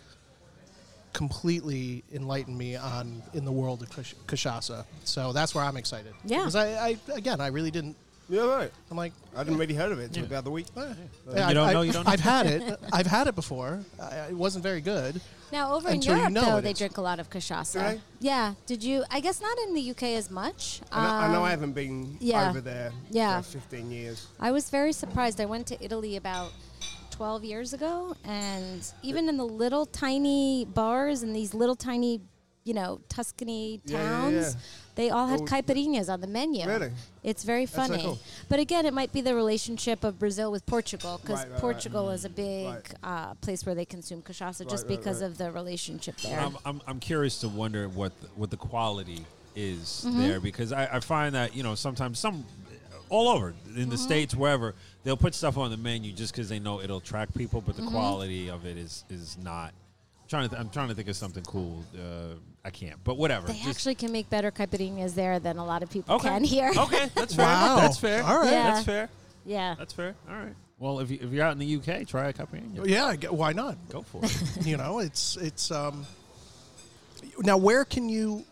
Speaker 2: completely enlightened me on in the world of cash- cachaça. So that's where I'm excited.
Speaker 4: Yeah.
Speaker 2: Because I, I again I really didn't.
Speaker 5: Yeah, right.
Speaker 2: I'm like.
Speaker 5: I didn't really heard of it until about the week.
Speaker 2: I,
Speaker 3: don't
Speaker 2: I-
Speaker 3: know, you don't
Speaker 2: I've had it. I've had it before. I, it wasn't very good.
Speaker 4: Now, over
Speaker 2: Until
Speaker 4: in
Speaker 2: you
Speaker 4: Europe,
Speaker 2: know
Speaker 4: though,
Speaker 2: it
Speaker 4: they
Speaker 2: is.
Speaker 4: drink a lot of cachaça.
Speaker 5: Do they?
Speaker 4: Yeah. Did you? I guess not in the UK as much.
Speaker 5: I know, I know I
Speaker 4: Um,
Speaker 5: haven't been
Speaker 4: yeah.
Speaker 5: over there
Speaker 4: Yeah.
Speaker 5: for 15 years.
Speaker 4: I was very surprised. I went to Italy about 12 years ago, and even in the little tiny bars in these little tiny, you know, Tuscany
Speaker 5: Yeah, yeah,
Speaker 4: towns,
Speaker 5: yeah.
Speaker 4: they all had
Speaker 5: Oh,
Speaker 4: caipirinhas on the menu.
Speaker 5: Really?
Speaker 4: It's very
Speaker 5: so
Speaker 4: funny.
Speaker 5: cool.
Speaker 4: But again, it might be the relationship of Brazil with Portugal, because
Speaker 5: Right, right, right.
Speaker 4: Portugal is a big uh, place where they consume cachaça just
Speaker 5: right,
Speaker 4: because
Speaker 5: right. Um,
Speaker 4: of the relationship there.
Speaker 3: I'm, I'm, I'm curious to wonder what the, what the quality is
Speaker 4: Mm-hmm.
Speaker 3: there because I, I find that you know sometimes some all over in the
Speaker 4: Mm-hmm.
Speaker 3: states wherever they'll put stuff on the menu just because they know it'll attract people, but the
Speaker 4: Mm-hmm.
Speaker 3: quality of it is is not. I'm trying to th- I'm trying to think of something cool. Uh, I can't, but whatever.
Speaker 4: they
Speaker 3: Just-
Speaker 4: actually can make better caipirinhas there than a lot of people
Speaker 3: okay
Speaker 4: can here.
Speaker 3: okay, that's fair.
Speaker 2: Wow.
Speaker 3: That's fair.
Speaker 2: All right.
Speaker 4: Yeah.
Speaker 3: that's fair.
Speaker 4: yeah.
Speaker 3: That's fair. All right. Well, if, you, if you're out in the UK, try a caipirinha.
Speaker 2: Oh, Yeah. I get- Why not?
Speaker 3: Go for it.
Speaker 2: you know, it's it's. Um, now, where can you?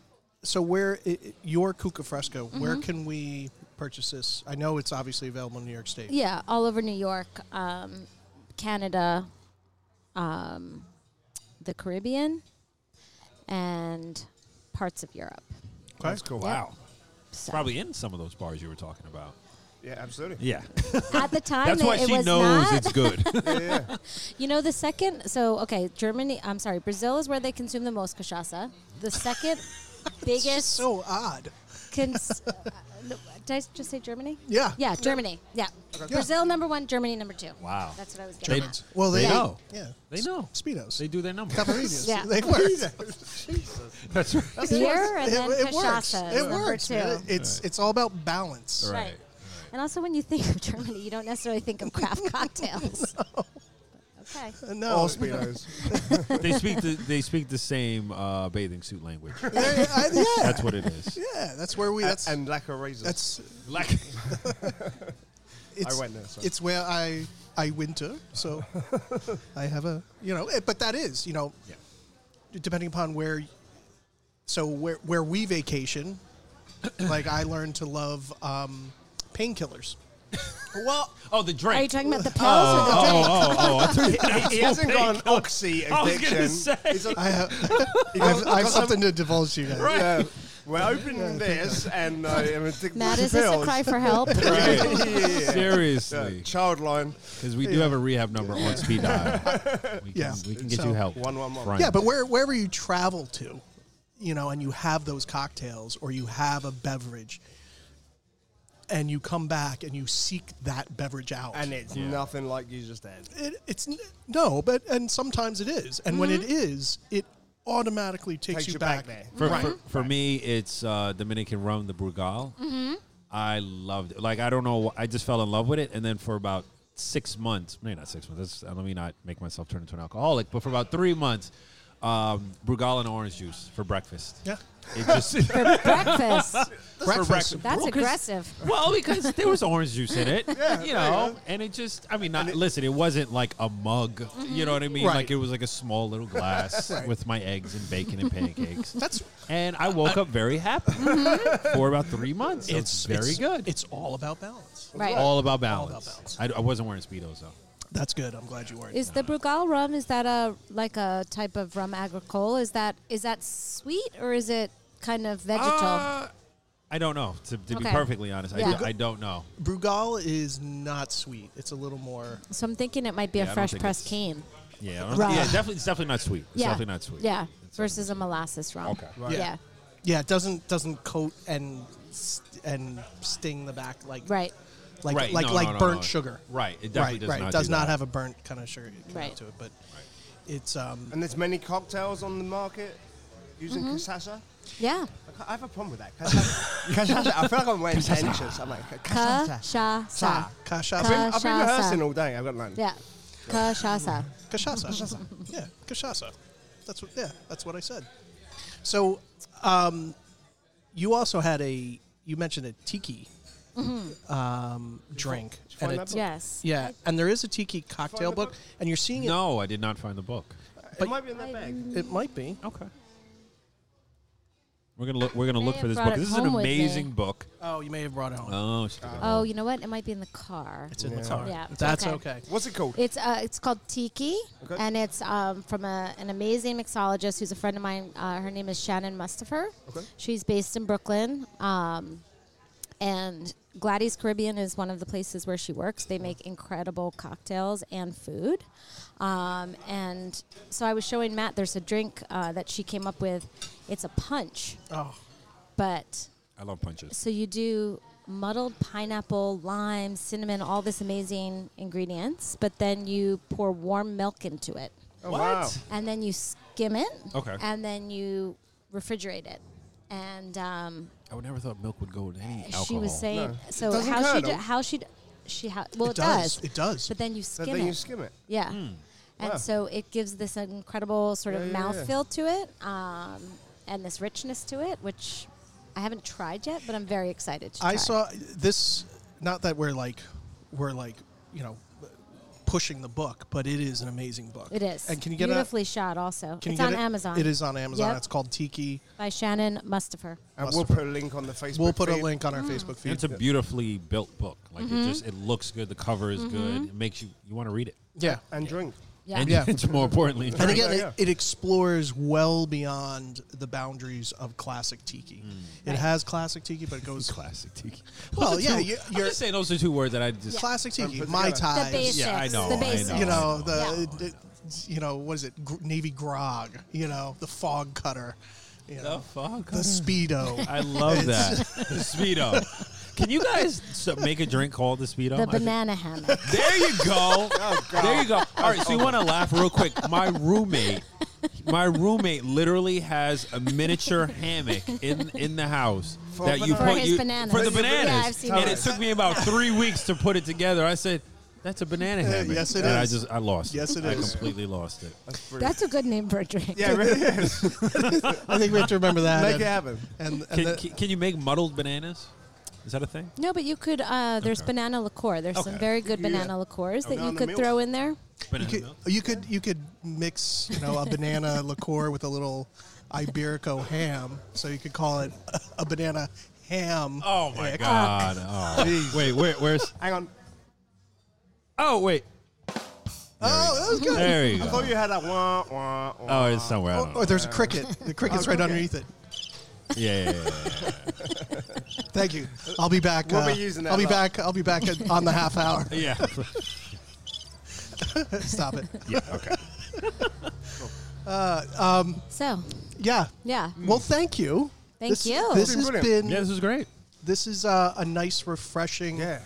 Speaker 2: So, where i- i- your Cuca Fresco? Where can we purchase this? I know it's obviously available in New York State.
Speaker 4: Yeah, all over New York, um, Canada, um, the Caribbean, and parts of Europe.
Speaker 2: Okay.
Speaker 5: That's cool.
Speaker 3: wow.
Speaker 4: So
Speaker 3: Probably in some of those bars you were talking about.
Speaker 5: Yeah, absolutely.
Speaker 3: Yeah.
Speaker 4: at the time,
Speaker 3: That's
Speaker 4: it,
Speaker 3: why
Speaker 4: it
Speaker 3: she
Speaker 4: was
Speaker 3: knows
Speaker 4: not.
Speaker 3: it's good.
Speaker 5: Yeah, yeah, yeah.
Speaker 4: You know, the second. So, okay, Germany. I'm sorry, Brazil is where they consume the most cachaça. The second biggest
Speaker 2: So odd.
Speaker 4: cons- uh, no, did I just say Germany?
Speaker 2: Yeah.
Speaker 4: Yeah, Germany. Yeah. Brazil number one, Germany number two.
Speaker 3: Wow.
Speaker 4: That's what I was getting
Speaker 3: They,
Speaker 4: at.
Speaker 2: Well, they,
Speaker 3: They know.
Speaker 2: Yeah.
Speaker 3: They know.
Speaker 2: Speedos.
Speaker 3: They do their number.
Speaker 2: Caparinas.
Speaker 4: Yeah.
Speaker 2: They work.
Speaker 3: That's right.
Speaker 4: Beer and
Speaker 2: It-
Speaker 4: then
Speaker 2: it works.
Speaker 4: cachaça is
Speaker 2: It
Speaker 4: number
Speaker 2: works.
Speaker 4: two.
Speaker 2: man. It's it's all about balance.
Speaker 3: Right.
Speaker 4: Right. And also, when you think of Germany, you don't necessarily think of craft cocktails. Okay.
Speaker 2: Uh, No.
Speaker 5: All Oh, speedos.
Speaker 3: they speak the they speak the same uh, bathing suit language.
Speaker 2: There- I- yeah.
Speaker 3: That's what it is.
Speaker 2: Yeah. That's where we. That's
Speaker 5: and lack of razors.
Speaker 2: that's.
Speaker 3: Like
Speaker 2: It's,
Speaker 5: went there, so-
Speaker 2: It's where I I winter. So I have a you know. eh, But that is you know depending upon where. So where where we vacation, like I learned to love um, painkillers.
Speaker 5: well,
Speaker 3: Oh, the
Speaker 4: Are you
Speaker 3: drink.
Speaker 4: talking about the pills
Speaker 3: oh,
Speaker 4: or the
Speaker 3: oh,
Speaker 4: drink?
Speaker 3: oh, I thought you-
Speaker 5: he hasn't got an oxy
Speaker 3: I was
Speaker 5: addiction.
Speaker 3: gonna say.
Speaker 5: He's on-
Speaker 2: I have I have, I have something to divulge to you guys.
Speaker 5: Yeah. We're opening this, and I am addicted to
Speaker 4: Matt, is this a
Speaker 5: pills.
Speaker 4: cry for help?
Speaker 5: Yeah, yeah, yeah.
Speaker 3: Seriously,
Speaker 5: Child line.
Speaker 3: because we do have a rehab number on speed dial. We can,
Speaker 2: Yeah.
Speaker 3: we can get
Speaker 2: So-
Speaker 3: you help.
Speaker 5: 111.
Speaker 3: Right.
Speaker 2: Yeah, but where, wherever you travel to, you know, and you have those cocktails or you have a beverage, and you come back and you seek that beverage out.
Speaker 5: And it's nothing like you just had.
Speaker 2: it, it's n- no, but and sometimes it is, and when it is, it automatically Mm-hmm. takes,
Speaker 5: Takes
Speaker 2: you
Speaker 5: you
Speaker 2: back.
Speaker 5: back there.
Speaker 3: For, for, for me, it's uh, Dominican rum, the Brugal. I loved it. Like, I don't know. I just fell in love with it. And then for about six months, maybe not six months, that's, uh, let me not make myself turn into an alcoholic, but for about three months, um, Brugal and orange juice for breakfast.
Speaker 2: Yeah.
Speaker 3: It just,
Speaker 4: Breakfast.
Speaker 2: Breakfast.
Speaker 4: That's
Speaker 3: Well, 'cause-
Speaker 4: aggressive.
Speaker 3: Well, because there was orange juice in it, you know, and it just—I mean, not listen. It Mm-hmm. wasn't like a mug, you know what I mean?
Speaker 2: Right.
Speaker 3: Like it was like a small little glass with my eggs and bacon and pancakes.
Speaker 2: That's
Speaker 3: and I woke up very happy for about three months. So it's, very
Speaker 2: it's-
Speaker 3: good.
Speaker 2: It's all about balance.
Speaker 4: Right.
Speaker 3: all about
Speaker 2: All
Speaker 3: balance.
Speaker 2: about balance.
Speaker 3: I, I wasn't wearing speedos though.
Speaker 2: That's good. I'm glad you weren't.
Speaker 4: Is the Brugal rum? Is that a like a type of rum agricole? Is that is that sweet or is it kind of vegetal?
Speaker 3: Uh, I don't know. To, to be
Speaker 4: Okay.
Speaker 3: perfectly honest, I,
Speaker 4: Yeah.
Speaker 3: do, I don't know.
Speaker 2: Brugal is not sweet. It's a little more.
Speaker 4: so I'm thinking it might be
Speaker 3: Yeah, I
Speaker 4: a
Speaker 3: don't
Speaker 4: fresh
Speaker 3: think
Speaker 4: press
Speaker 3: it's-
Speaker 4: cane.
Speaker 3: Yeah, I don't-
Speaker 4: Right.
Speaker 3: yeah, definitely. It's definitely not sweet. It's
Speaker 4: yeah.
Speaker 3: definitely not sweet.
Speaker 4: Yeah. Versus a molasses rum.
Speaker 3: Okay.
Speaker 4: Yeah. yeah.
Speaker 2: Yeah, it doesn't doesn't coat and st- and sting the back like
Speaker 4: Right.
Speaker 2: like
Speaker 3: Right,
Speaker 2: like
Speaker 3: no,
Speaker 2: like
Speaker 3: no, no,
Speaker 2: burnt
Speaker 3: no.
Speaker 2: sugar.
Speaker 3: Right, it
Speaker 2: right,
Speaker 3: definitely does
Speaker 2: right.
Speaker 3: not
Speaker 2: It does
Speaker 3: do
Speaker 2: not
Speaker 3: that.
Speaker 2: have a burnt kind of sugar kind
Speaker 4: Right.
Speaker 2: to it, but it's um
Speaker 5: And there's many cocktails on the market using
Speaker 4: Mm-hmm.
Speaker 5: cassava.
Speaker 4: Yeah.
Speaker 5: I have a problem with that. Cassava. cassava. I feel like I'm wearing anxious. I'm like, cassava.
Speaker 4: Cachaça.
Speaker 5: I've been,
Speaker 2: cachaça.
Speaker 5: I've been
Speaker 4: Cachaça.
Speaker 5: rehearsing all day. I've got none.
Speaker 4: Yeah. Cachaça.
Speaker 2: Cachaça. yeah, cachaça. That's what. Yeah, that's what I said. So, um, you also had a you mentioned a tiki um, drink
Speaker 5: Did you
Speaker 2: and
Speaker 5: find
Speaker 2: a,
Speaker 5: that book?
Speaker 4: Mm-hmm. Yes.
Speaker 2: yeah, and there is a tiki cocktail
Speaker 5: that book?
Speaker 2: book, and you're seeing it.
Speaker 3: No, I did not find the book.
Speaker 5: It might be in that bag.
Speaker 2: It might be.
Speaker 3: Okay. We're gonna look. We're gonna
Speaker 4: May
Speaker 3: look
Speaker 4: have
Speaker 3: for this
Speaker 4: brought
Speaker 3: book.
Speaker 4: it
Speaker 3: This is an
Speaker 4: home with me.
Speaker 3: amazing book.
Speaker 2: Oh, you may have brought it home.
Speaker 3: Oh, she took it
Speaker 4: Oh,
Speaker 3: home.
Speaker 4: you know what? It might be in the car.
Speaker 2: It's in the car.
Speaker 4: Yeah, it's
Speaker 2: that's
Speaker 4: okay.
Speaker 2: okay.
Speaker 5: What's it called?
Speaker 4: It's uh, it's called Tiki,
Speaker 5: Okay.
Speaker 4: and it's um, from a, an amazing mixologist who's a friend of mine. Uh, her name is Shannon Mustafer.
Speaker 5: Okay.
Speaker 4: She's based in Brooklyn, um, and Gladys Caribbean is one of the places where she works. They make incredible cocktails and food, um, and so I was showing Matt. There's a drink uh, that she came up with. It's a punch,
Speaker 2: Oh,
Speaker 4: but
Speaker 3: I love punches.
Speaker 4: so you do muddled pineapple, lime, cinnamon, all this amazing ingredients, but then you pour warm milk into it.
Speaker 5: oh, wow.
Speaker 4: And then you skim it.
Speaker 3: Okay.
Speaker 4: And then you refrigerate it. And um,
Speaker 3: I would never thought milk would go with any alcohol.
Speaker 4: she was saying
Speaker 5: No. It
Speaker 4: so
Speaker 5: doesn't
Speaker 4: how she do,
Speaker 5: curdle.
Speaker 4: how she d- she ha- well
Speaker 2: It
Speaker 4: it,
Speaker 2: does. It does.
Speaker 4: But then you
Speaker 5: So
Speaker 4: skim
Speaker 5: then
Speaker 4: it.
Speaker 5: you skim it.
Speaker 4: Yeah.
Speaker 3: Hmm.
Speaker 4: And
Speaker 5: Wow.
Speaker 4: so it gives this incredible sort of
Speaker 5: Yeah, yeah, yeah.
Speaker 4: mouthfeel to it um, and this richness to it, which I haven't tried yet, but I'm very excited to
Speaker 2: I
Speaker 4: try.
Speaker 2: saw this. Not that we're like, we're like, you know, pushing the book, but it is an amazing book.
Speaker 4: It is.
Speaker 2: And can you get it?
Speaker 4: beautifully shot? Also,
Speaker 2: Can
Speaker 4: it's
Speaker 2: you
Speaker 4: on
Speaker 2: get it?
Speaker 4: Amazon.
Speaker 2: It is on Amazon.
Speaker 4: Yep.
Speaker 2: It's called Tiki.
Speaker 4: by Shannon Mustafer.
Speaker 5: And we'll put a link on the Facebook.
Speaker 2: We'll put a
Speaker 5: feed.
Speaker 2: link on our
Speaker 4: Mm.
Speaker 2: Facebook feed.
Speaker 3: It's a beautifully built book. Like
Speaker 4: Mm-hmm.
Speaker 3: it just it looks good. The cover is good. It makes you you want to read it.
Speaker 2: yeah.
Speaker 5: And drink.
Speaker 4: Yeah,
Speaker 3: And
Speaker 2: Yeah.
Speaker 3: it's more importantly,
Speaker 2: And again,
Speaker 5: Yeah, yeah.
Speaker 2: It, it explores well beyond the boundaries of classic tiki. It has classic tiki, but it goes
Speaker 3: Mm. classic tiki.
Speaker 2: Well,
Speaker 3: Those are
Speaker 2: yeah,
Speaker 3: two-
Speaker 2: you-
Speaker 3: I'm
Speaker 2: you're-
Speaker 3: just saying those are two words that I just.
Speaker 2: classic tiki,
Speaker 5: put
Speaker 2: mai
Speaker 5: together.
Speaker 4: the
Speaker 2: tais.
Speaker 4: basics.
Speaker 3: Yeah, I know,
Speaker 4: The
Speaker 3: I
Speaker 4: basics.
Speaker 3: know.
Speaker 2: You know
Speaker 3: I
Speaker 2: the, the- you know what is it? Gr- Navy grog. You know the fog cutter. you
Speaker 3: The
Speaker 2: know,
Speaker 3: fuck?
Speaker 2: the speedo.
Speaker 3: I love that. the Speedo. Can you guys s- make a drink called the Speedo?
Speaker 4: The
Speaker 3: I think-
Speaker 4: banana hammock.
Speaker 3: There you go.
Speaker 5: Oh,
Speaker 3: there you go. All right, so you want to laugh real quick? My roommate, my roommate, literally has a miniature hammock in in the house
Speaker 5: For
Speaker 3: that you
Speaker 5: bananas.
Speaker 3: put
Speaker 5: For
Speaker 4: his
Speaker 3: you-
Speaker 4: bananas.
Speaker 3: for the
Speaker 4: Yeah,
Speaker 3: bananas,
Speaker 4: I've seen
Speaker 3: and it
Speaker 4: those.
Speaker 3: took me about three weeks to put it together. I said. That's a banana hammock.
Speaker 2: yes, it
Speaker 3: and
Speaker 2: is.
Speaker 3: I just I lost.
Speaker 2: Yes, it
Speaker 3: it is. I
Speaker 2: is.
Speaker 3: completely lost it.
Speaker 4: That's a good name for a drink.
Speaker 5: Yeah, it really is.
Speaker 2: I think we have to remember that.
Speaker 5: Make
Speaker 2: and,
Speaker 5: it happen.
Speaker 2: And, and
Speaker 3: Can,
Speaker 2: the-
Speaker 3: can, can you make muddled bananas? Is that a thing?
Speaker 4: No, but you could. Uh, there's
Speaker 3: Okay.
Speaker 4: banana liqueur. There's some
Speaker 3: Okay.
Speaker 4: very good
Speaker 5: Yeah.
Speaker 4: banana liqueurs that
Speaker 5: Banana
Speaker 4: you could
Speaker 5: milk.
Speaker 4: throw in there.
Speaker 2: you
Speaker 3: Banana
Speaker 2: could,
Speaker 3: milk?
Speaker 2: you could you could mix you know a banana liqueur with a little Iberico ham, so you could call it a, banana ham.
Speaker 3: Oh my
Speaker 2: pick.
Speaker 3: god! Oh. Wait, where, where's?
Speaker 5: Hang on.
Speaker 3: Oh wait,
Speaker 2: Oh, that was good.
Speaker 3: there you
Speaker 5: I
Speaker 3: go.
Speaker 5: thought you had that wah, wah, wah.
Speaker 3: Oh, it's somewhere. I don't know.
Speaker 2: Or there's a cricket. The
Speaker 5: Oh,
Speaker 2: cricket's right underneath it.
Speaker 3: Yeah, yeah, yeah, yeah.
Speaker 2: Thank you. I'll be back. uh,
Speaker 5: We'll be using that
Speaker 2: I'll be
Speaker 5: lot.
Speaker 2: back. I'll be back at- on the half hour.
Speaker 3: Yeah.
Speaker 2: Stop it.
Speaker 3: yeah. Okay.
Speaker 4: So,
Speaker 2: Yeah.
Speaker 4: yeah.
Speaker 2: Well, thank you.
Speaker 4: Thank
Speaker 2: This-
Speaker 4: you.
Speaker 2: This
Speaker 5: Been
Speaker 2: has
Speaker 5: brilliant.
Speaker 2: been.
Speaker 3: Yeah, this is great.
Speaker 2: This is uh, a nice, refreshing.
Speaker 5: Yeah.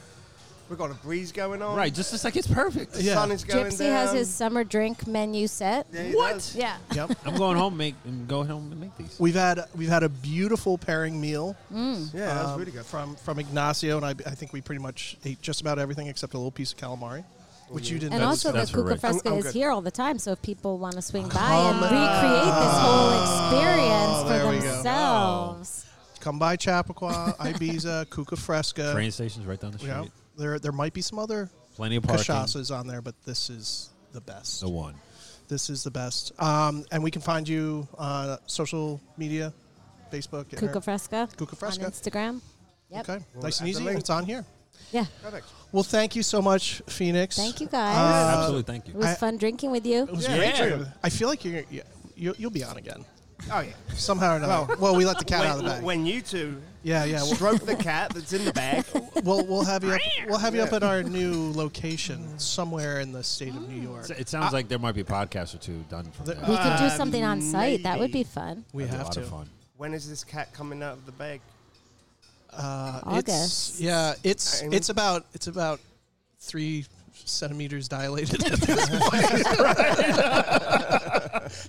Speaker 5: We've got a breeze going on.
Speaker 3: Right, just, just like it's perfect.
Speaker 5: The sun
Speaker 2: Yeah.
Speaker 5: is going
Speaker 4: Gypsy
Speaker 5: down.
Speaker 4: has his summer drink menu set.
Speaker 5: Yeah, he
Speaker 3: What?
Speaker 5: does.
Speaker 4: Yeah.
Speaker 2: Yep.
Speaker 3: I'm going home make and go home and make these.
Speaker 2: We've had we've had a beautiful pairing meal
Speaker 5: Yeah, that was
Speaker 2: um,
Speaker 5: really good.
Speaker 2: from from Ignacio, and I, I think we pretty much ate just about everything except a little piece of calamari, which you didn't.
Speaker 4: And
Speaker 3: That's-
Speaker 4: also, the
Speaker 3: that's
Speaker 4: Cuca
Speaker 3: right.
Speaker 4: Fresca
Speaker 5: I'm- I'm
Speaker 4: is
Speaker 5: good.
Speaker 4: here all the time, so if people want to swing by and recreate this whole experience
Speaker 2: Oh, there we
Speaker 4: for
Speaker 2: go.
Speaker 4: themselves.
Speaker 2: Come by Chappaqua, Ibiza, Cuca Fresca.
Speaker 3: Train stations right down the street.
Speaker 2: Yeah, there there might be some other
Speaker 3: Plenty of parking.
Speaker 2: cachaças on there, but this is the best.
Speaker 3: The one.
Speaker 2: This is the best. Um, and we can find you on social media, Facebook,
Speaker 4: Cuca Fresca.
Speaker 2: Cuca Fresca.
Speaker 4: On Instagram. Yep.
Speaker 2: Okay, nice and
Speaker 5: add the
Speaker 2: easy.
Speaker 5: link.
Speaker 2: It's on here.
Speaker 4: Yeah.
Speaker 5: Perfect.
Speaker 2: Well, thank you so much, Phoenix.
Speaker 4: Thank you guys.
Speaker 2: Uh,
Speaker 3: Absolutely. Thank
Speaker 4: it
Speaker 3: you.
Speaker 4: was
Speaker 2: I-
Speaker 4: fun drinking with you.
Speaker 2: was
Speaker 5: Yeah.
Speaker 2: great
Speaker 5: Yeah.
Speaker 2: too. I feel like you're, you you- you'll be on again
Speaker 5: Oh, yeah.
Speaker 2: somehow or another.
Speaker 5: Oh.
Speaker 2: Well, we let the cat out of the
Speaker 5: When,
Speaker 2: bag.
Speaker 5: when you two
Speaker 2: yeah, yeah. We'll,
Speaker 5: stroke the cat that's in the bag,
Speaker 2: we'll we'll have you up, we'll have you up at our new location somewhere in the state of New York.
Speaker 3: So It sounds like there might be a podcast or two done from
Speaker 2: The-
Speaker 4: We
Speaker 3: that.
Speaker 4: could do
Speaker 5: Uh,
Speaker 4: something on site. That would be
Speaker 5: maybe.
Speaker 4: fun.
Speaker 2: We
Speaker 3: That'd be a
Speaker 2: have
Speaker 3: lot
Speaker 2: to.
Speaker 3: of fun.
Speaker 5: when is this cat coming out of the bag?
Speaker 2: Uh,
Speaker 4: August.
Speaker 2: It's, yeah, it's
Speaker 5: Island.
Speaker 2: it's about it's about three centimeters dilated.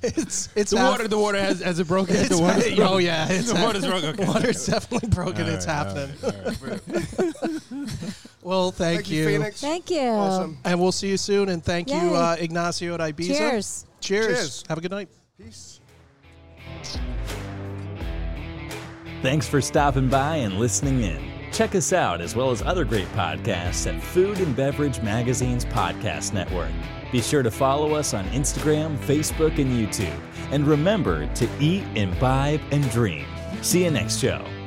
Speaker 2: it's it's
Speaker 3: The
Speaker 2: half-
Speaker 3: water, the water has, has it broken?
Speaker 2: It's
Speaker 3: the water's
Speaker 2: right-
Speaker 3: broken.
Speaker 2: oh yeah, it's
Speaker 3: the
Speaker 2: half-
Speaker 3: water's broken. Okay.
Speaker 2: water's definitely broken. it's
Speaker 3: All right, all
Speaker 2: happening.
Speaker 3: right, all right.
Speaker 2: Well, thank,
Speaker 5: Thank you, Phoenix.
Speaker 4: Thank you.
Speaker 5: Awesome.
Speaker 2: and we'll see you soon. And thank you,
Speaker 4: Yay.
Speaker 2: uh, Ignacio at Ibiza.
Speaker 4: Cheers.
Speaker 2: Cheers.
Speaker 5: Cheers.
Speaker 2: Have a good night.
Speaker 5: Peace.
Speaker 7: Thanks for stopping by and listening in. Check us out as well as other great podcasts at Food and Beverage Magazine's Podcast Network. Be sure to follow us on Instagram, Facebook, and YouTube. And remember to eat, imbibe, and dream. See you next show.